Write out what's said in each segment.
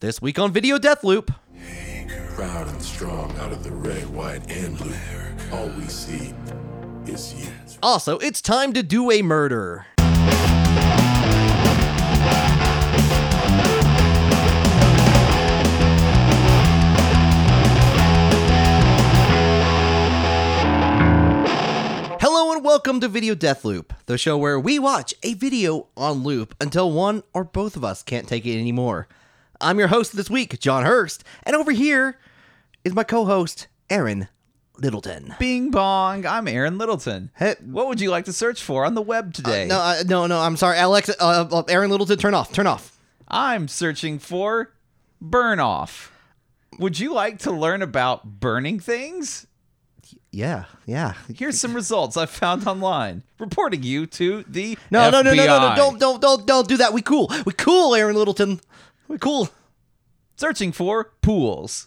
This week on Video Death Loop. Proud and strong out of the red, white, and blue. All we see is you. Also, it's time to do a murder. Hello and welcome to Video Death Loop, the show where we watch a video on loop until one or both of us can't take it anymore. I'm your host this week, John Hurst, and over here is my co-host, Aaron Littleton. Bing bong. I'm Aaron Littleton. Hey- what would you like to search for on the web today? No, uh, no, no. I'm sorry, Alex. Uh, uh, Aaron Littleton, turn off, turn off. I'm searching for burn off. Would you like to learn about burning things? Yeah, yeah. Here's some results I found online reporting you to the No, no, no, no, no, no. FBI. Don't, don't, don't, don't do that. We cool. We cool, Aaron Littleton. We cool. searching for pools.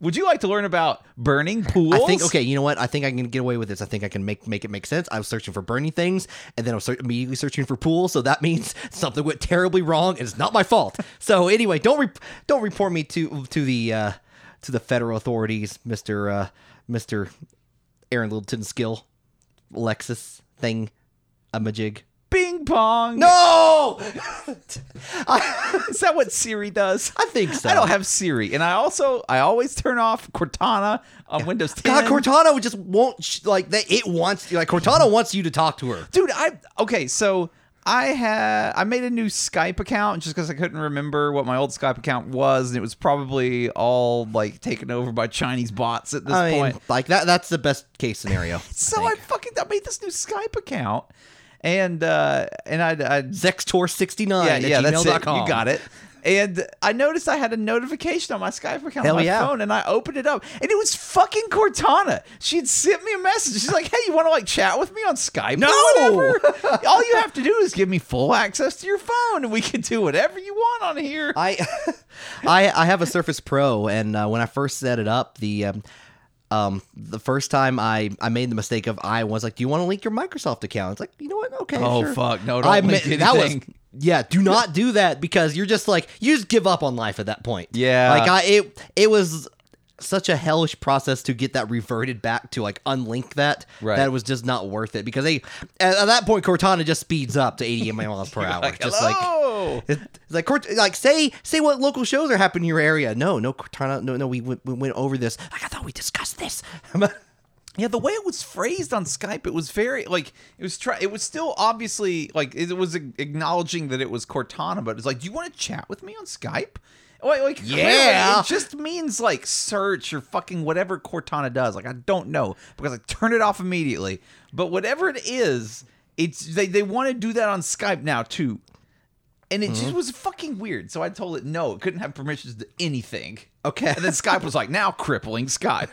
Would you like to learn about burning pools? I think. Okay, you know what? I think I can get away with this. I think I can make make it make sense. I was searching for burning things, and then I was ser- immediately searching for pools. So that means something went terribly wrong, and it's not my fault. so anyway, don't re- don't report me to to the uh, to the federal authorities, Mister uh, Mister Aaron Littleton skill, Lexus thing, a majig. Bing pong. No, is that what Siri does? I think so. I don't have Siri, and I also I always turn off Cortana on Windows 10. God, Cortana just won't sh- like that. It wants like Cortana wants you to talk to her. dude i okay so i had i made a new skype account just because i couldn't remember what my old skype account was and it was probably all like taken over by chinese bots at this I mean, point like that. That's the best case scenario. so I i think. fucking i made this new skype account and uh and i i Zextor69 yeah, at yeah, that's it. gmail.com. You got it. And I noticed I had a notification on my Skype account Hell on my yeah. phone, and I opened it up, and it was fucking Cortana. She'd sent me a message. She's like, "Hey, you want to like chat with me on Skype? No, or whatever. All you have to do is give me full access to your phone, and we can do whatever you want on here." I, I, I have a Surface Pro, and uh, when I first set it up, the. Um, um, the first time I, I made the mistake of I was like, "Do you want to link your Microsoft account?" It's like, you know what? Okay. Oh, sure." fuck. No, don't link admit- that was- anything. yeah, do not do that because you're just like you just give up on life at that point. Yeah. like I it it was such a hellish process to get that reverted back to like unlink that Right. that it was just not worth it because they at, at that point Cortana just speeds up to 80 miles per hour, like, just like hello. it's like Cort- like say say what local shows are happening in your area. No, no Cortana, no no we went, we went over this. Like, I thought we discussed this. Yeah, the way it was phrased on Skype, it was very like it was try. It was still obviously like it was a- acknowledging that it was Cortana, but it's like, do you want to chat with me on Skype? Like, like clearly, Yeah. it just means like search or fucking whatever Cortana does. Like I don't know because I turned it off immediately. But whatever it is, it's they they want to do that on Skype now too, and it Mm-hmm. just was fucking weird. So I told it no, it couldn't have permissions to anything. Okay. And then Skype was like, now crippling Skype.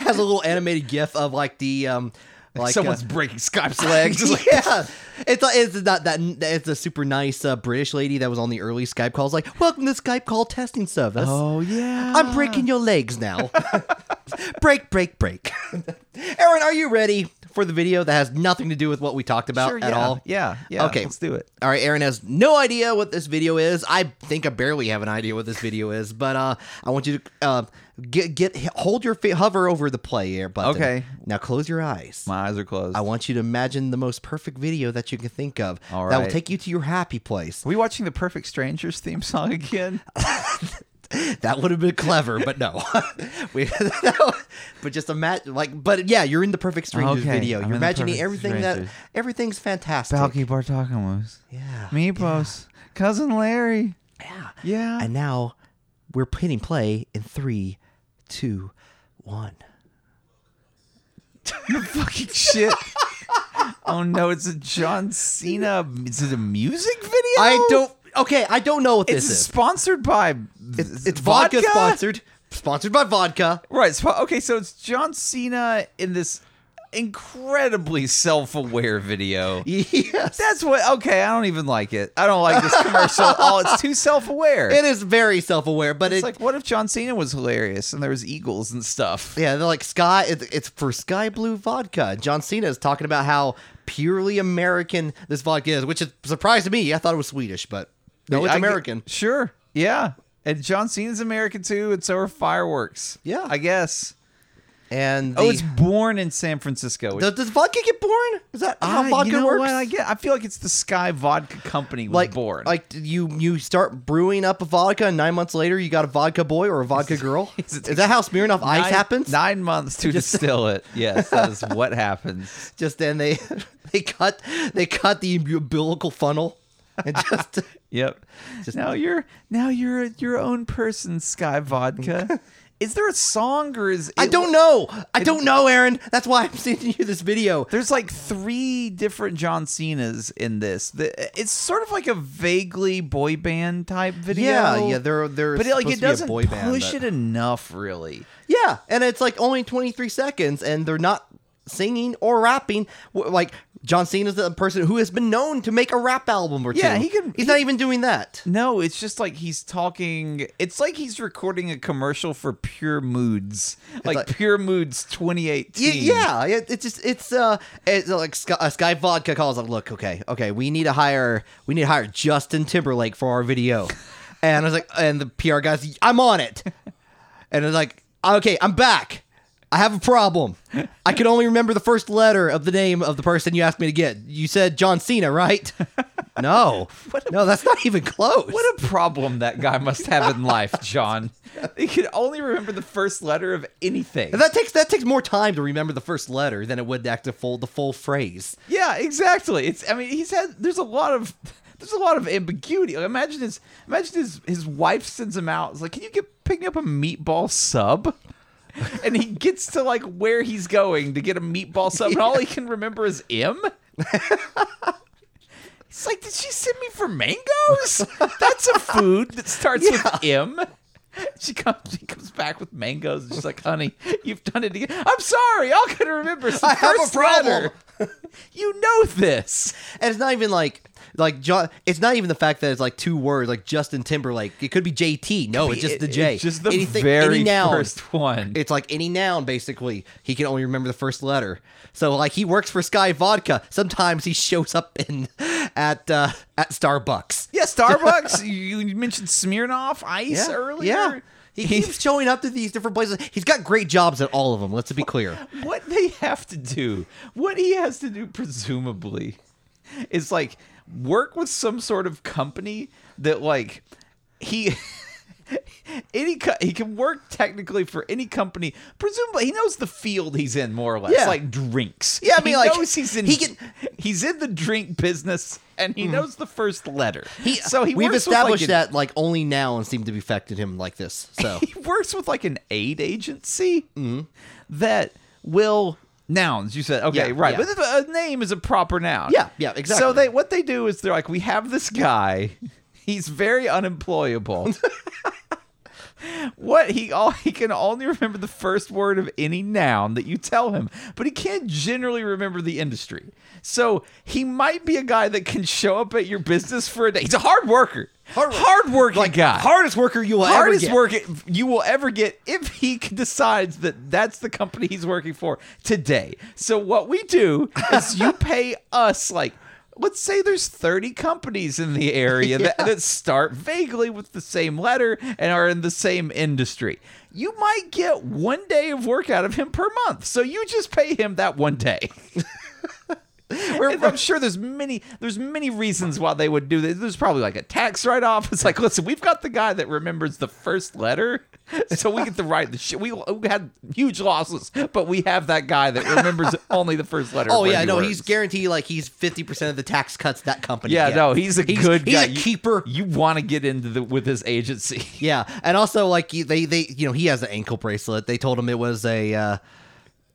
Has a little animated gif of like the um like someone's uh, breaking Skype's legs. Just like, yeah, it's uh, it's not that it's a super nice uh, British lady that was on the early Skype calls. Like, welcome to Skype call testing service. Oh, yeah. I'm breaking your legs now. break, break, break. Aaron, are you ready for the video that has nothing to do with what we talked about Sure, at yeah, all? Yeah, yeah. Okay. let's do it. All right, Aaron has no idea what this video is. I think I barely have an idea what this video is, but uh, I want you to uh, get get hold your fi- hover over the play air button. Okay. Now close your eyes. My eyes are closed. I want you to imagine the most perfect video that you can think of. All That will right. take you to your happy place. Are we watching the Perfect Strangers theme song again? That would have been clever, but no. we, that would- but just imagine, like, but yeah, you're in the perfect strangers Okay, video. I'm You're in the imagining Perfect everything Strangers. that everything's fantastic. Balky Bartakamos. Yeah. Meepos. Cousin Larry. Yeah. Yeah. And now we're hitting play in three, two, one. fucking shit. oh no, it's a John Cena. Is it a music video? I don't. Okay, I don't know what It's this is. sponsored by. It's, it's vodka, sponsored. Sponsored by vodka. Right. So, okay. So it's John Cena in this incredibly self-aware video. Yes. That's what. Okay, I don't even like it. I don't like this commercial. at all. it's too self-aware. it is very self-aware, but it's it's like, what if John Cena was hilarious and there was eagles and stuff? Yeah, they're like sky. It's, it's for sky blue vodka. John Cena is talking about how purely American this vodka is, which is surprised me. I thought it was Swedish, but no, it's I get- American. sure. Yeah. And John Cena's American too, and so are fireworks. Yeah. I guess. And the, oh, it's born in San Francisco. does, does vodka get born? Is that how Ah, vodka you know works? What? I get. I feel like it's the Sky Vodka Company was like born. like you you start brewing up a vodka, and nine months later you got a vodka boy or a vodka girl. is Is, it- that how Smirnoff nine, Ice happens? Nine months to distill it. Yes, that is what happens. just then they they cut they cut the umbilical funnel and just Yep. now you're now you're your own person, Sky Vodka. is there a song or is I it- don't know. I don't know, Aaron. That's why I'm sending you this video. There's like three different John Cenas in this. The, it's sort of like a vaguely boy band type video. Yeah, yeah, they're- they're But supposed like it to be a doesn't boy band, push but- it enough, really. Yeah, and it's like only 23 seconds, and they're not singing or rapping. W- Like John Cena's the person who has been known to make a rap album or two. Yeah, he can- He's he- not even doing that. No, it's just like he's talking. It's like he's recording a commercial for Pure Moods, like, like- Pure Moods 2018. Y- Yeah, it, it's just it's uh it's like Sky, uh, Sky Vodka calls like look okay okay we need to hire we need to hire Justin Timberlake for our video, and I was like and the PR guys I'm on it, and it's like okay I'm back. I have a problem. I can only remember the first letter of the name of the person you asked me to get. You said John Cena, right? No, no, that's not even close. What a problem that guy must have in life, John. He can only remember the first letter of anything. that takes that takes more time to remember the first letter than it would to act to fold the full phrase. Yeah, exactly. It's I mean he's had there's a lot of there's a lot of ambiguity. Like, imagine his imagine his his wife sends him out. It's like, can you get pick me up a meatball sub? and he gets to like where he's going to get a meatball sub, and all he can remember is M. It's like, did she send me for mangoes? That's a food that starts with M. She comes, she comes back with mangoes. And she's like, "Honey, you've done it again. I'm sorry. All I could remember is the I have a first letter." problem. you know this. And it's not even like like John. It's not even the fact that it's like two words, like Justin Timberlake. It could be JT. No, it's just the It- J. it's just the Anything- very any noun. first one. It's like any noun, basically. He can only remember the first letter. So like he works for Sky Vodka. Sometimes he shows up in at uh, at Starbucks. yeah, Starbucks. you mentioned Smirnoff Ice earlier. yeah. He keeps showing up to these different places. He's got great jobs at all of them. Let's be clear. what they have to do, what he has to do, presumably, is like work with some sort of company that like he. Any co- he can work technically for any company. Presumably, he knows the field he's in more or less, Yeah. like drinks. Yeah, I mean, he like, knows he's in he can- Hmm. he's in the drink business, and he knows the first letter. He, so he we've works with, like, established an- that like only nouns seem to be affecting him like this. So he works with like an aid agency that will nouns. You said okay, Yeah, right? yeah. But a name is a proper noun. Yeah, yeah, exactly. So they what they do is they're like, we have this guy. He's very unemployable. What he all he can only remember the first word of any noun that you tell him, but he can't generally remember the industry. So he might be a guy that can show up at your business for a day. He's a hard worker, Hard work- working guy, hardest worker you will hardest ever get. work you will ever get if he decides that that's the company he's working for today. So what we do is you pay us like let's say there's 30 companies in the area that, that start vaguely with the same letter and are in the same industry. You might get one day of work out of him per month. So you just pay him that one day. And I'm sure there's many there's many reasons why they would do this. There's probably like a tax write off. It's like, listen, we've got the guy that remembers the first letter, so we get to write the shit. We, we had huge losses, but we have that guy that remembers only the first letter. of Oh where yeah, he no, works. he's guaranteed like he's fifty percent of the tax cuts that company. yeah, get. no, he's a he's, good He's guy. a keeper. You, want to get into the with his agency? Yeah, and also like you- they they you know he has an ankle bracelet. They told him it was a uh,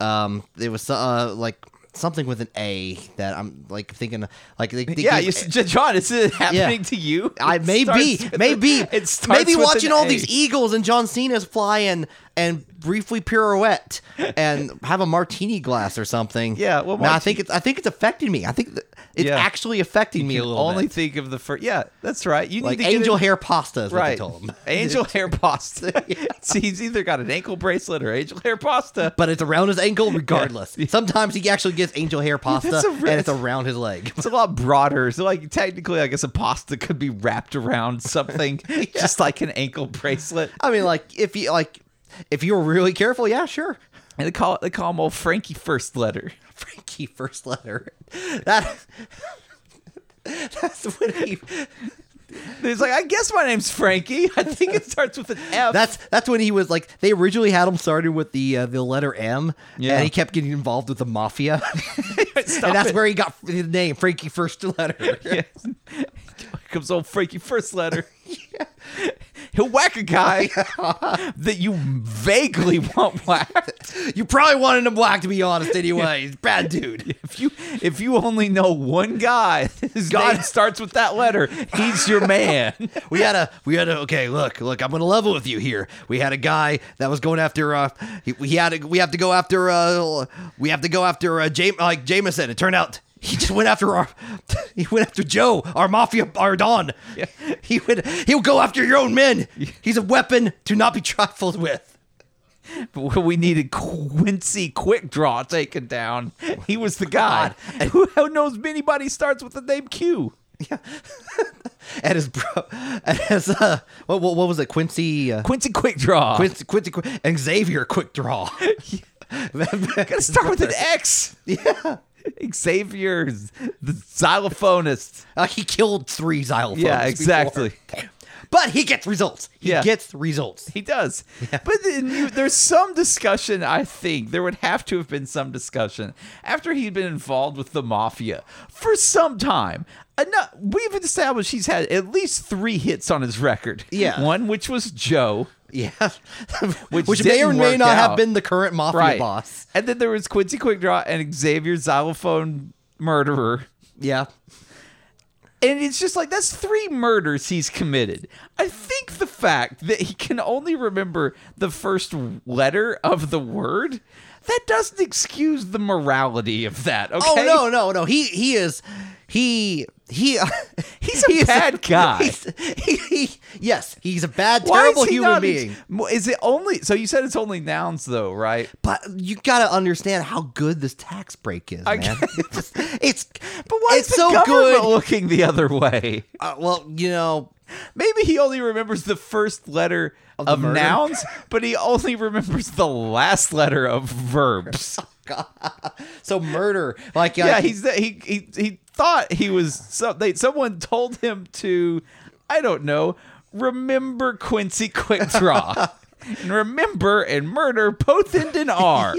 um it was uh like something with an A that I'm like thinking like they, they yeah, gave- you, John, is it happening Yeah. to you? I It maybe starts with- maybe it starts maybe with watching an all e-, A. these eagles and John Cena's fly and and briefly pirouette and have a martini glass or something. Yeah, well, Man, I marti- think it's I think it's affecting me. I think th- it's Yeah. actually affecting me a little Only bit. think of the first. Yeah, that's right. You Like need to get angel it- hair pasta is what they Right, told him. angel hair pasta. See, he's either got an ankle bracelet or angel hair pasta. But it's around his ankle regardless. Sometimes he actually gets angel hair pasta a re- and it's around his leg. It's a lot broader. So, like, technically, I guess a pasta could be wrapped around something, just like an ankle bracelet. I mean, like if you like, if you were really careful, yeah, sure. And they call it, they call him old Frankie first letter. Frankie first letter. That that's when he He's like, I guess my name's Frankie. I think it starts with an F. that's that's when he was like they originally had him started with the uh, the letter M, Yeah. and he kept getting involved with the mafia, Stop and that's it. where he got the name Frankie first letter. Yes. Here comes old Frankie first letter. He'll whack a guy that you vaguely want whacked. You probably wanted him black to be honest, anyway. He's a bad dude. If you if you only know one guy, his God- God. name starts with that letter. He's your man. We had a, we had a. Okay, look, look. I'm gonna level with you here. We had a guy that was going after. Uh, he, he had. A, we have to go after. Uh, we have to go after. Uh, Jame, like Jameson. It turned out he just went after our. He went after Joe, our mafia, our don. Yeah. He would. He'll go after your own men. He's a weapon to not be trifled with. But we needed Quincy Quick Draw taken down. He was the guy. God. And who, who knows anybody starts with the name Q? And his bro. And his. Uh, what, what, what was it? Quincy. Uh, Quincy Quick Draw. Quincy. Quincy. Qu- And Xavier. Quick draw. Gotta start with an X. Yeah. Xavier's the xylophonist. Uh, he killed three xylophones. Yeah, before. exactly. But he gets results. He Yeah. gets results. He does. But then you, there's some discussion, I think. There would have to have been some discussion after he'd been involved with the mafia for some time. Enough, we've established he's had at least three hits on his record. Yeah. One, which was Joe. Yeah. Which, Which may or didn't may work not have out. been the current mafia Right. boss. And then there was Quincy Quickdraw and Xavier Xylophone Murderer. Yeah. And it's just like that's three murders he's committed. I think the fact that he can only remember the first letter of the word that doesn't excuse the morality of that. Okay, Oh no, no, no. He he is he he He's a bad guy. He's, he, he, yes, he's a bad, Why is terrible he human not ex- being. mo- Is it only? So you said it's only nouns, though, right? but you gotta understand how good this tax break is, I man. get- It's, just- it's But why it's is the so government good. looking the other way? Uh, well, you know, Maybe he only remembers the first letter the of murder? nouns, but he only remembers the last letter of verbs. so murder, like yeah, like- he's he he he thought he was so they someone told him to I don't know remember Quincy Quickdraw and remember and murder both end in R.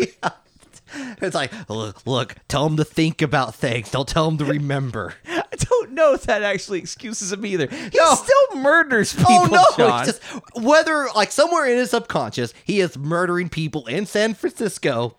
It's like, look, look, tell him to think about things. Don't tell him to remember. I don't know if that actually excuses him either. He No. still murders people. Oh, it's John. just whether like somewhere in his subconscious, he is murdering people in San Francisco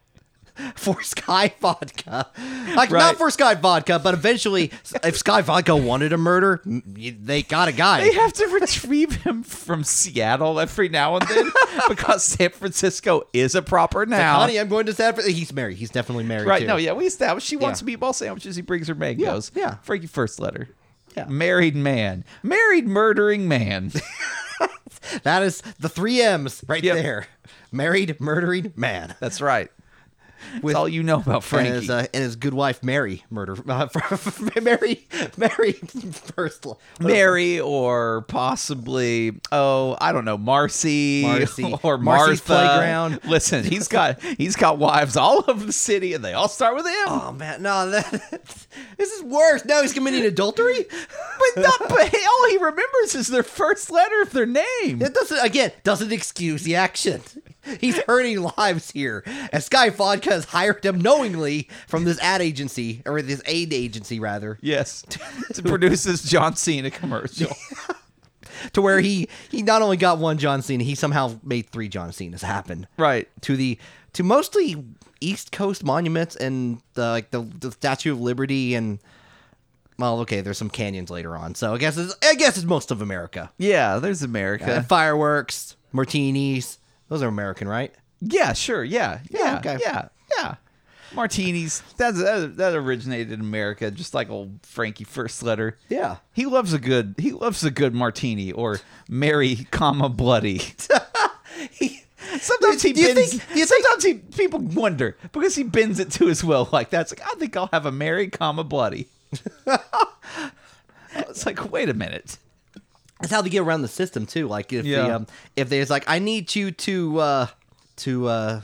for Sky Vodka. Like not Right. for Sky Vodka, but eventually, if Sky Vodka wanted a murder, m- they got a guy. they have to retrieve him from Seattle every now and then because San Francisco is a proper noun. Honey, I'm going to San Francisco. He's married. He's definitely married. Right. too. No, yeah, we established she wants meatball sandwiches. He brings her mangoes. yeah. Frankie first letter. Yeah. Married man. Married murdering man. That is the three M's right Yep. there. Married, murdering man. That's right. With- That's all you know about and Frankie. his, uh, and his good wife Mary murder uh, Mary Mary first lo- Mary or possibly oh I don't know Marcy, Marcy. or Martha. Marcy's Playground. Listen, he's got he's got wives all over the city and they all start with M. Oh man, no, that, this is worse. Now he's committing adultery. But not, but all he remembers is their first letter of their name. That doesn't again doesn't excuse the action. He's hurting lives here. And Sky Vodka has hired him knowingly from this ad agency or this aid agency rather, Yes, to produce this John Cena commercial. to where he he not only got one John Cena, he somehow made three John Cenas happen. Right. to the to mostly East Coast monuments and the, like the, the Statue of Liberty and well, okay, there's some canyons later on, so I guess it's, I guess it's most of America. Uh-huh. Yeah, there's America. And fireworks, martinis, those are American, right? Yeah, sure. Yeah, yeah, yeah, okay. yeah. Martinis. That's that, that originated in America, just like old Frankie first letter. Yeah. he loves a good he loves a good martini or Mary, comma bloody. Sometimes he Do you bends. think- do you think- sometimes he people wonder because he bends it to his will like that. It's like I think I'll have a Mary, comma bloody. it's like wait a minute. That's how they get around the system too. Like if Yeah. the, um, if there's like I need you to uh to uh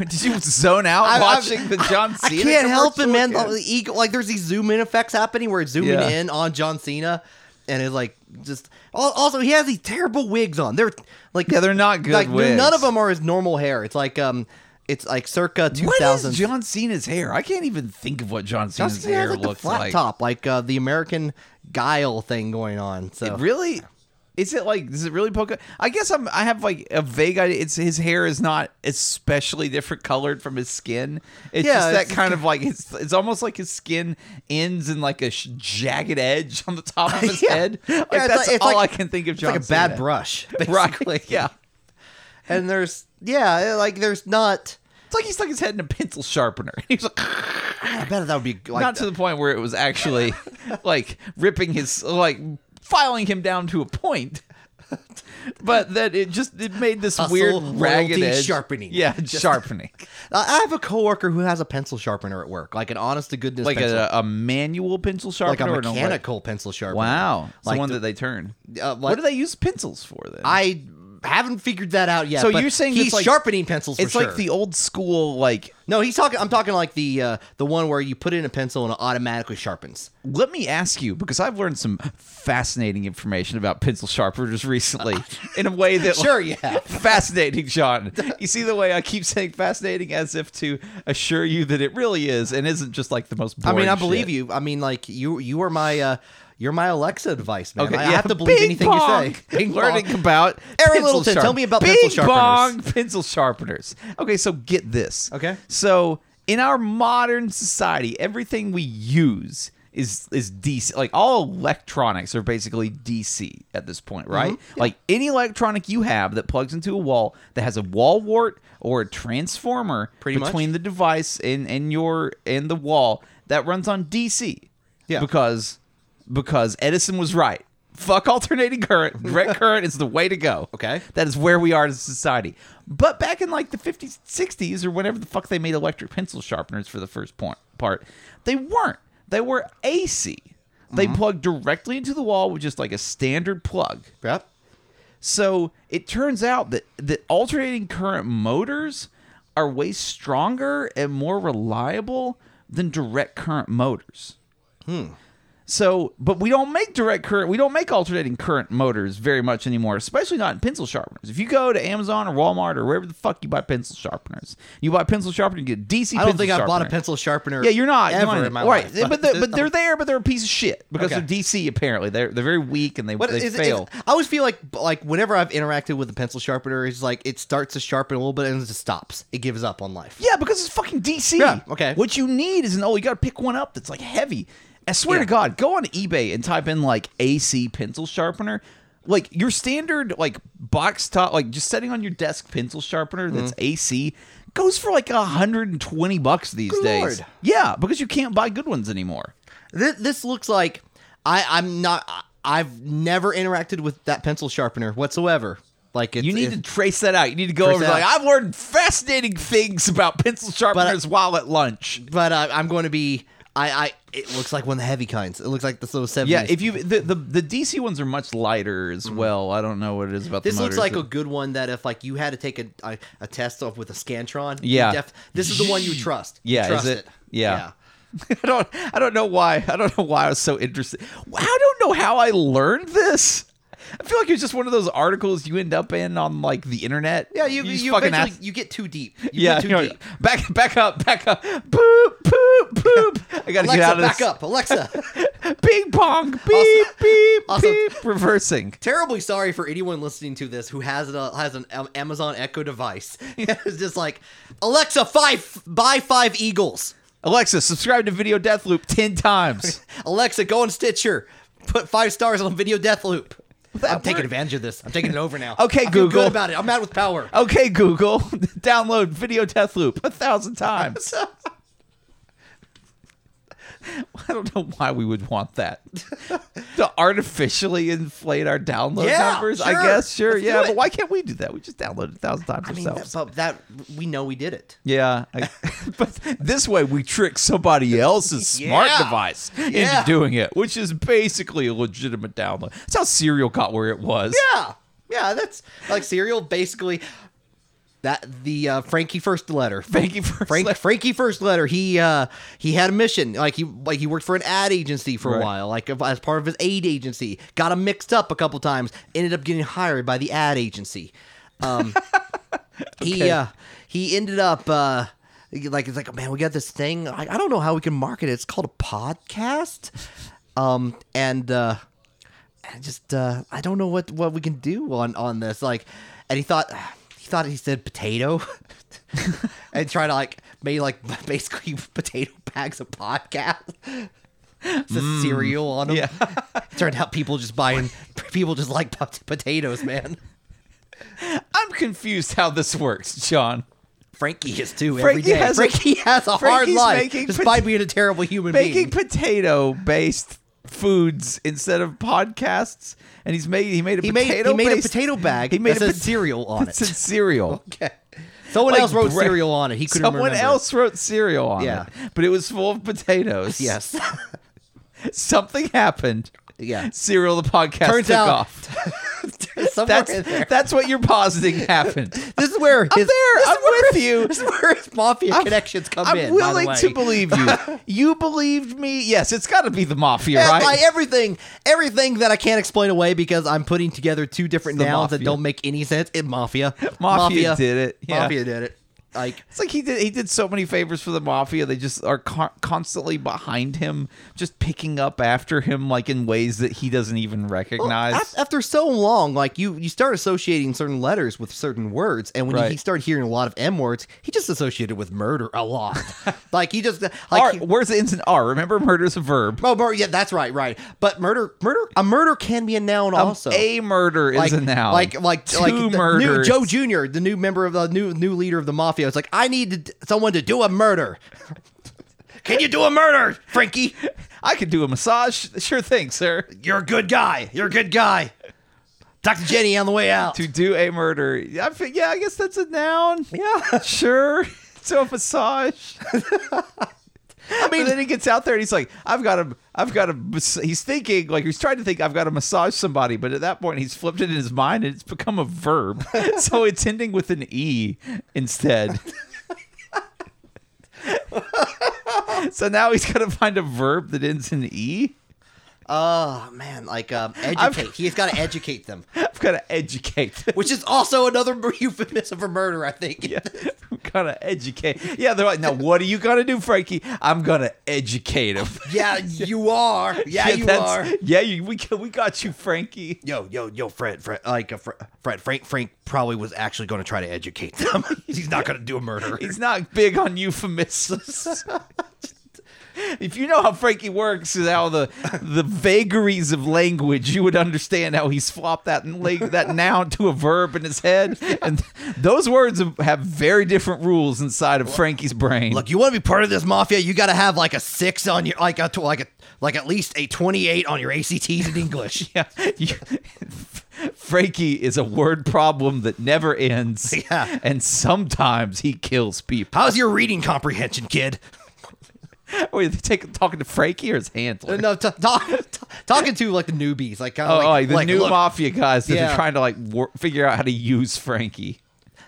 Did you zone out I- I- watching the John I Cena? can't help it, commercial man. Oh, again? The ego- like there's these zoom in effects happening where it's zooming Yeah. in on John Cena, and it's like just al- also he has these terrible wigs on. They're like Yeah, they're not good Like wigs. none of them are his normal hair. It's like um, it's like circa What is 2000. John Cena's hair? I can't even think of what John John Cena's Cena hair has like the looks flat like. top, like uh, the American Guile thing going on. So Really? Is it like? Does it really poke? I guess I'm. I have like a vague idea. It's his hair is not especially different colored from his skin. It's Yeah, just that it's- kind of like it's. It's almost like his skin ends in like a sh- jagged edge on the top of his Yeah. head. Yeah, Like it's that's like- it's all like- I can think of. it's like John a bad Cena. brush, Broccoli. Yeah. and there's yeah, like there's not. It's like he stuck his head in a pencil sharpener. He was like. I bet that would be like not to the point where it was actually like ripping his like filing him down to a point but that it just it made this Hustle, weird ragged loyalty, edge. sharpening. yeah Just- sharpening I I have a coworker who has a pencil sharpener at work, like an honest to goodness, like pencil, a, a manual pencil like a sharpener or no, mechanical pencil sharpener. wow it's Like the one the- that they turn Uh, like- what do they use pencils for then I haven't figured that out yet. So but you're saying he's it's like- sharpening pencils? For it's sure. like the old school like no. He's talking. I'm talking like the uh, the one where you put in a pencil and it automatically sharpens. Let me ask you because I've learned some fascinating information about pencil sharpeners recently in a way that Sure you have. fascinating, John. You see the way I keep saying fascinating as if to assure you that it really is and isn't just like the most. I Boring mean, I believe shit. you. I mean, like you you are my uh, you're my Alexa advice, man. Okay, I yeah. have to believe Bing anything bong. you say. Bing Learning bong. about Aaron pencil Littleton, sharp- tell me about Bing pencil sharpeners. Bong pencil sharpeners. Okay, so get this. Okay. so in our modern society, everything we use is is DC. Like all electronics are basically DC at this point, right? Mm-hmm. Like any electronic you have that plugs into a wall that has a wall wart or a transformer Pretty much. between the device and and your and the wall that runs on DC. Yeah. Because because Edison was right. Fuck alternating current. Direct current is the way to go. Okay. That is where we are as a society. But back in like the 50s, 60s, or whenever the fuck they made electric pencil sharpeners for the first point, part, they weren't. They were AC. Mm-hmm. They plugged directly into the wall with just like a standard plug. Yep. So it turns out that that alternating current motors are way stronger and more reliable than direct current motors. Hmm. So, but we don't make direct current. We don't make alternating current motors very much anymore, especially not in pencil sharpeners. If you go to Amazon or Walmart or wherever the fuck you buy pencil sharpeners, you buy pencil sharpener, you get a DC. I don't think pencil I bought a sharpener. pencil sharpener. Yeah, you're not ever you're not- in my right. life. But, they're, but they're there, but they're a piece of shit because Okay. they're DC. Apparently, they're they're very weak and they What they is- is- fail. I always feel like like whenever I've interacted with a pencil sharpener, it's like it starts to sharpen a little bit and it just stops. It gives up on life. Yeah, because it's fucking DC. Yeah, okay. What you need is an oh, you gotta pick one up that's like heavy. I swear Yeah. to God, go on eBay and type in like AC pencil sharpener. Like your standard like box top, like just setting on your desk pencil sharpener that's Mm-hmm. AC goes for like 120 bucks these Good days. lord. Yeah, because you can't buy good ones anymore. This, this looks like I I'm not I- I've never interacted with that pencil sharpener whatsoever. Like it's, You need to it's- trace that out. You need to go Trace over that like out. I've learned fascinating things about pencil sharpeners while at lunch. but uh, I'm going to be I I it looks like one of the heavy kinds. It looks like the little 70s. Yeah, if you the, the the DC ones are much lighter as well. I don't know what it is about Mm-hmm. this the looks motors like a that- good one that if like you had to take a a, a test off with a Scantron, you Yeah. this is the one you trust. You yeah, is trust it? Yeah. I don't I don't know why I don't know why I was so interested. I don't know how I learned this. I feel like it's just one of those articles you end up in on like the internet. Yeah, you, you, just fucking ask- you get too deep. You yeah, get too you know, deep. back back up, back up. Boop boop boop. I gotta Alexa, get out of back this. up, Alexa. Ping pong. Beep beep also- beep. Reversing. Terribly sorry for anyone listening to this who has a has an Am- Amazon Echo device. it's just like Alexa, five buy five Eagles. Alexa, subscribe to Video Death Loop ten times. Alexa, go on Stitcher, put five stars on Video Death Loop. that I'm taking work? advantage of this. I'm taking it over now. Okay, I feel Google. good about it. I'm mad with power. Okay, Google, download Video Death Loop a thousand times. I don't know why we would want that to artificially inflate our download Yeah, numbers. sure. I guess, sure, Let's yeah. do But it. why can't we do that? We just download it a thousand times I mean, that, ourselves. but that we know we did it. yeah, I- but this way we trick somebody else's smart Yeah. device Yeah. into doing it, which is basically a legitimate download. That's how Serial got where it was. Yeah, yeah. That's like cereal. Basically, that the uh, Frankie first letter. Frankie first Frank, letter. Frankie first letter. He uh he had a mission. Like he like he worked for an ad agency for Right. a while. Like as part of his aid agency, got him mixed up a couple times. Ended up getting hired by the ad agency. Um, he uh he ended up uh like it's like man we got this thing I, I don't know how we can market it it's called a podcast um and uh I just uh I don't know what what we can do on on this like and he thought he thought he said potato and try to like make like basically potato bags of podcast it's a cereal on them Mm. Yeah. turned out people just buying people just like pot- potatoes man I'm confused how this works, John. Frankie is too every Frankie day. has a- Frankie has a hard Frankie's life making despite pot- being a terrible human baking being. potato based foods instead of podcasts and he's made he made a He made, potato he made a based- potato bag. he made that a said pot- cereal on that it. said cereal Okay. Someone Like else wrote bread- cereal on it. He couldn't someone remember. else wrote cereal on Yeah. it but it was full of potatoes Yes. something happened Yeah. cereal the podcast Turns took out- off Somewhere in that's there. that's what you're positing happened this is where I'm his, there. This I'm is where, with you. This is where his mafia I'm- connections come I'm in. by the willing way. to believe you. You believed me. Yes, it's got to be the mafia, Yeah, right? like everything, everything that I can't explain away because I'm putting together two different It's the nouns that mafia. don't make any sense. It mafia. Mafia, Mafia did it, yeah. Mafia did it. Like It's like he did. He did so many favors for the mafia. They just are con- constantly behind him, just picking up after him, like in ways that he doesn't even recognize. af- after so long, like you, you start associating certain letters with certain words, and when Right. he started hearing a lot of M words, he just associated with murder a lot. like he just like R, he- where's the instant R? Remember, murder's a verb. oh, mur- yeah, that's right, right. But murder, murder, a murder can be a noun also. Um, a murder is like, a noun. like, like, two like the new murders. Joe Jr., the new member of the new new leader of the mafia, is like, I need to d- someone to do a murder. Can you do a murder, Frankie? I could do a massage. Sure thing, sir. You're a good guy. You're a good guy. Dr. Jenny on the way out. To do a murder. I feel, yeah, I guess that's a noun. Yeah. Sure. So a massage. I mean, then he gets out there and he's like, "I've got to, I've got to." He's thinking like he's trying to think, "I've got to massage somebody," but at that point, he's flipped it in his mind and it's become a verb, so it's ending with an e instead. so now he's got to find a verb that ends in e. Oh man, like um, educate. He's got to educate them, I've got to educate. which is also another euphemism for murder, I think. yeah, I'm gonna educate. Yeah, they're like, "Now what are you gonna do, Frankie?" I'm gonna educate him. Yeah, you are. Yeah, you that's- are. Yeah, you, we ca- we got you, Frankie. Yo, yo, yo, Fred, Fred, like uh, Fre- Fred, Frank, Frank probably was actually going to try to educate them. He's not going to do a murder. He's not big on euphemisms. if you know how Frankie works, is how the the vagaries of language, you would understand how he's flopped that and leg, that noun to a verb in his head, and those words have very different rules inside of Frankie's brain. Look, you want to be part of this mafia, you got to have like a six on your, like a, tw- like a, like at least a twenty-eight on your ACTs in English. Yeah. You- Frankie is a word problem that never ends. Yeah. And sometimes he kills people. How's your reading comprehension, kid? Wait, they take talking to Frankie or his handler? No, t- talk, t- talking to like the newbies, like kind Oh, of like, like, the like, new look, mafia guys that Yeah. are trying to like wor- figure out how to use Frankie.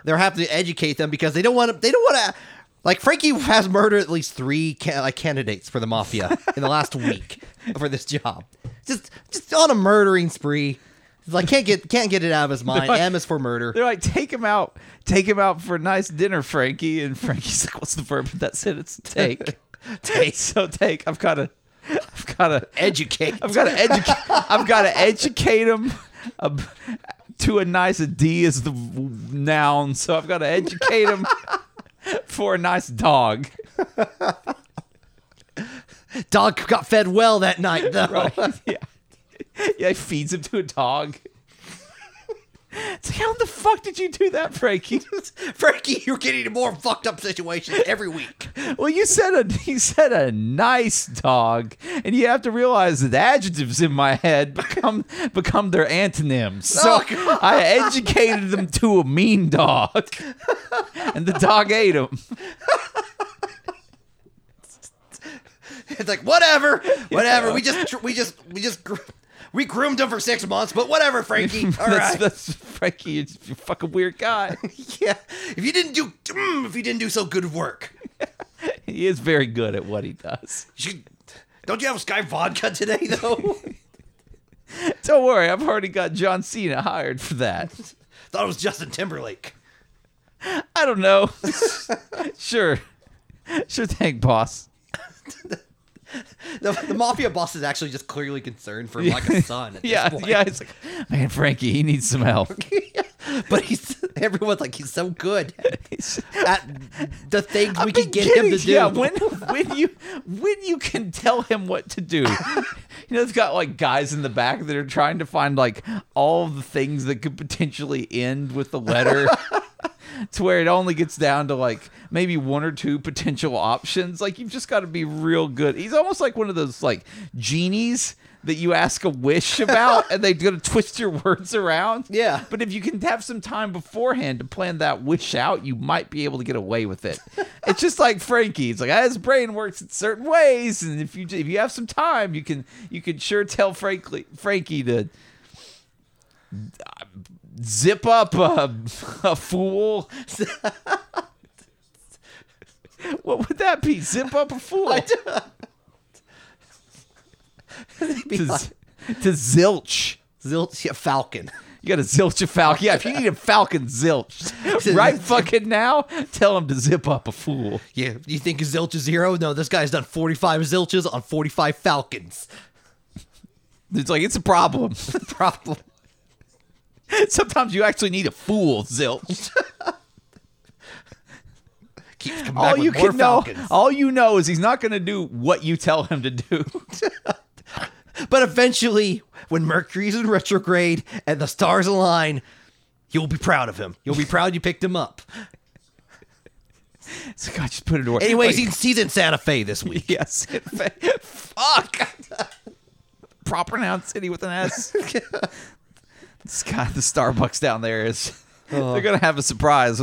they're having to educate them because they don't want to. They don't want to. Like Frankie has murdered at least three ca- like candidates for the mafia in the last week for this job. Just just on a murdering spree. He's Like can't get can't get it out of his mind. M is for murder. They're like, take him out, take him out for a nice dinner, Frankie. And Frankie's like, what's the verb in that sentence? Take, take. So take. I've got to, I've got to Educate. I've got to educate. I've got to educate him ab- to a nice a D is the w- noun, so I've got to educate him for a nice dog. Dog got fed well that night though. yeah, yeah. He feeds him to a dog. how the fuck did you do that, Frankie? Frankie, you're getting into more fucked up situations every week. well, you said a you said a nice dog, and you have to realize that the adjectives in my head become become their antonyms. So Oh, God. I educated them to a mean dog, and the dog ate him. It's like whatever, whatever. We just we just we just gr- we groomed him for six months, but whatever, Frankie. All that's, right. that's Frankie. You're, you're a fucking weird guy. yeah. If you didn't do mm, if you didn't do so good work, he is very good at what he does. you should, don't you have Sky Vodka today though? Don't worry, I've already got John Cena hired for that. Thought it was Justin Timberlake. I don't know. sure, sure thing, boss. The, the mafia boss is actually just clearly concerned for like a son. At Yeah, this point. yeah. It's like, man, Frankie, he needs some help. But he's everyone's like he's so good He's- at the things we can get him Beginning- to do. Yeah, when when you when you can tell him what to do. You know, it's got like guys in the back that are trying to find like all the things that could potentially end with the letter. to where it only gets down to like maybe one or two potential options. Like you've just got to be real good. He's almost like one of those like genies that you ask a wish about and they're going to twist your words around. Yeah. But if you can have some time beforehand to plan that wish out, you might be able to get away with it. it's just like Frankie. It's like ah, his brain works in certain ways, and if you if you have some time, you can you can sure tell Frankly Frankie to zip up a, a fool. what would that be? Zip up a fool. Be to, like, z- to zilch. Zilch, yeah, Falcon. You gotta zilch a falcon. Yeah, if you need a falcon zilch right fucking now, tell him to zip up a fool. Yeah, you think Zilch is zero? No, this guy's done 45 Zilches on 45 Falcons. It's like it's a problem. Problem. Sometimes you actually need a fool zilch. Keeps coming back All with you more can know, Oh. Falcons. all you know is he's not gonna do what you tell him to do. But eventually, when Mercury's in retrograde and the stars align, you'll be proud of him. You'll be proud you picked him up. So God, just put it away. Anyways, Like, he's, he's in Santa Fe this week. yes. Fuck. Proper noun city with an S. this guy, the Starbucks down there is. Oh. They're gonna have a surprise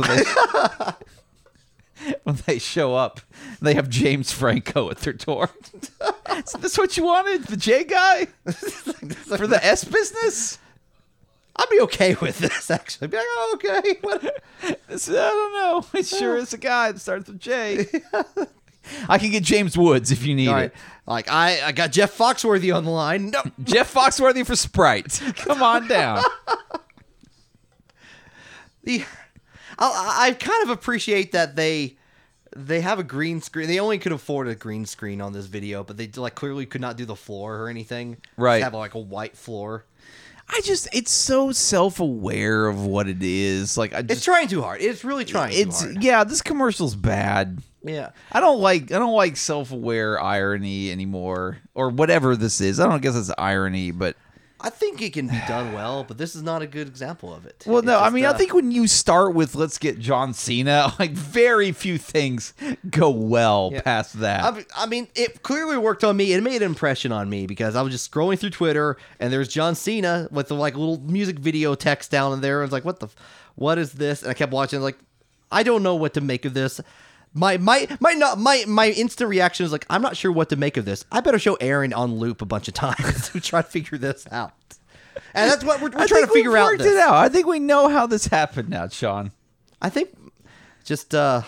when they when they show up. They have James Franco at their door. Is this what you wanted, the J guy for the S business? I'd be okay with this, actually. I'd be like, oh, okay. Oh. whatever. This- I don't know. It sure is a guy that starts with J. I can get James Woods if you need All it. right. Like, I, I got Jeff Foxworthy on the line. No. Jeff Foxworthy for Sprite. Come on down. the I, I kind of appreciate that they they have a green screen. They only could afford a green screen on this video, but they like clearly could not do the floor or anything. Just Right. have like a white floor. I just it's so self-aware of what it is. Like I It's just trying too hard. It's really trying. it's, too hard. yeah, this commercial's bad. yeah. I don't like I don't like self-aware irony anymore or whatever this is. I don't guess it's irony, but I think it can be done well, but this is not a good example of it. well, It's no, I just, mean, I uh, think when you start with let's get John Cena, like very few things go well Yeah. past that. I, I mean, it clearly worked on me. It made an impression on me because I was just scrolling through Twitter and there's John Cena with the like little music video text down in there. I was like, what the, f- what is this? And I kept watching. Like, I don't know what to make of this. My my my not my my instant reaction is like, I'm not sure what to make of this. I better show Aaron on loop a bunch of times to try to figure this out. And that's what we're, we're I trying think to figure we've out. worked This. it out. I think we know how this happened now, Sean. I think just uh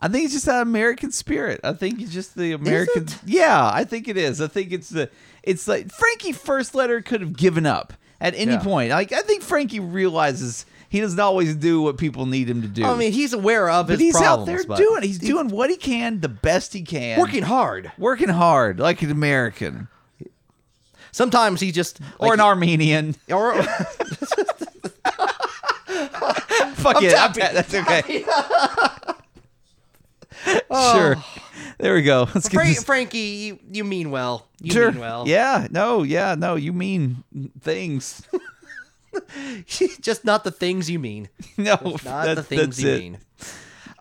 I think it's just that American spirit. I think it's just the American. it? Yeah, I think it is. I think it's the. It's like Frankie first letter could have given up at any Yeah. point. Like I think Frankie realizes he doesn't always do what people need him to do. I mean he's aware of but his he's problems, out there but doing. He's doing what he can, the best he can, working hard. working hard like an American Sometimes he just or like, an Armenian. or Fuck it, I'm bad. that's okay. Sure, there we go. Let's get Fra- this. Frankie, you, you mean well. You Sure. mean well. Yeah. No. Yeah. No. You mean things. Just not the things you mean. No, Not that- the things that's you it. mean.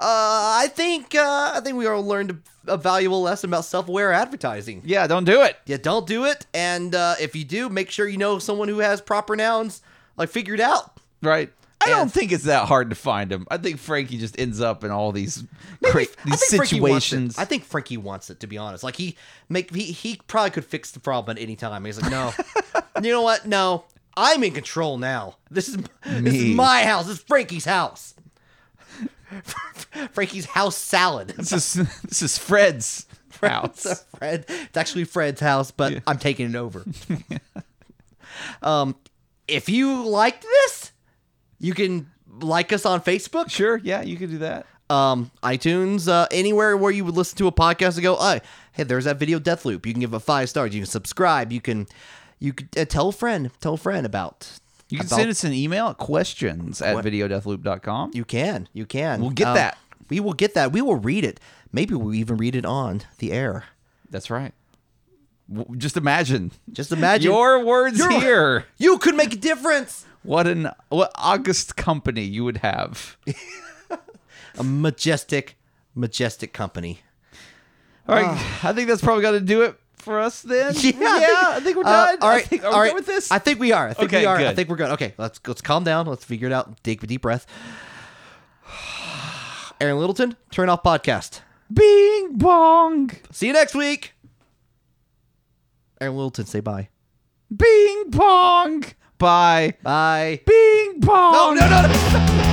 Uh, I think uh, I think we all learned a valuable lesson about self-aware advertising. Yeah, don't do it. Yeah, don't do it. And uh, if you do, make sure you know someone who has proper nouns, like figured out. Right. I Yeah. don't think it's that hard to find him. I think Frankie just ends up in all these Maybe- cra- I these think Frankie wants it. situations. I think Frankie wants it to be honest. Like he make he, he probably could fix the problem at any time. He's like, no, you know what? No, I'm in control now. This is this Me. is my house. This is Frankie's house. Frankie's house salad. this is this is Fred's house. Fred. It's actually Fred's house, but I'm taking it over. um, if you liked this, you can like us on Facebook, Sure, yeah, you could do that. um, iTunes, uh, anywhere where you would listen to a podcast and go, oh, hey, there's that video Deathloop. You can give it five stars. You can subscribe. You can, you can uh, tell a friend, tell a friend about. You can about- send us an email at questions at videodeathloop.com. You can. You can. Uh, We'll get that. We will get that. We will read it. Maybe we'll even read it on the air. That's right. W- Just imagine. Just imagine your words Your- here. You could make a difference. What an what august company you would have. a majestic, majestic company. All right, Ah. I think that's probably got to do it for us then. I think uh, we're done. all right, I think, are all we right. done with this? I think we are. I think Okay, we are. I good. think we're good. Okay, let's let's calm down. Let's figure it out. Take a deep breath. Aaron Littleton, turn off podcast. Bing bong, See you next week. Aaron Littleton, say bye. bing bong. Bye. Bye. Bing bong. Oh, No, no, no. no.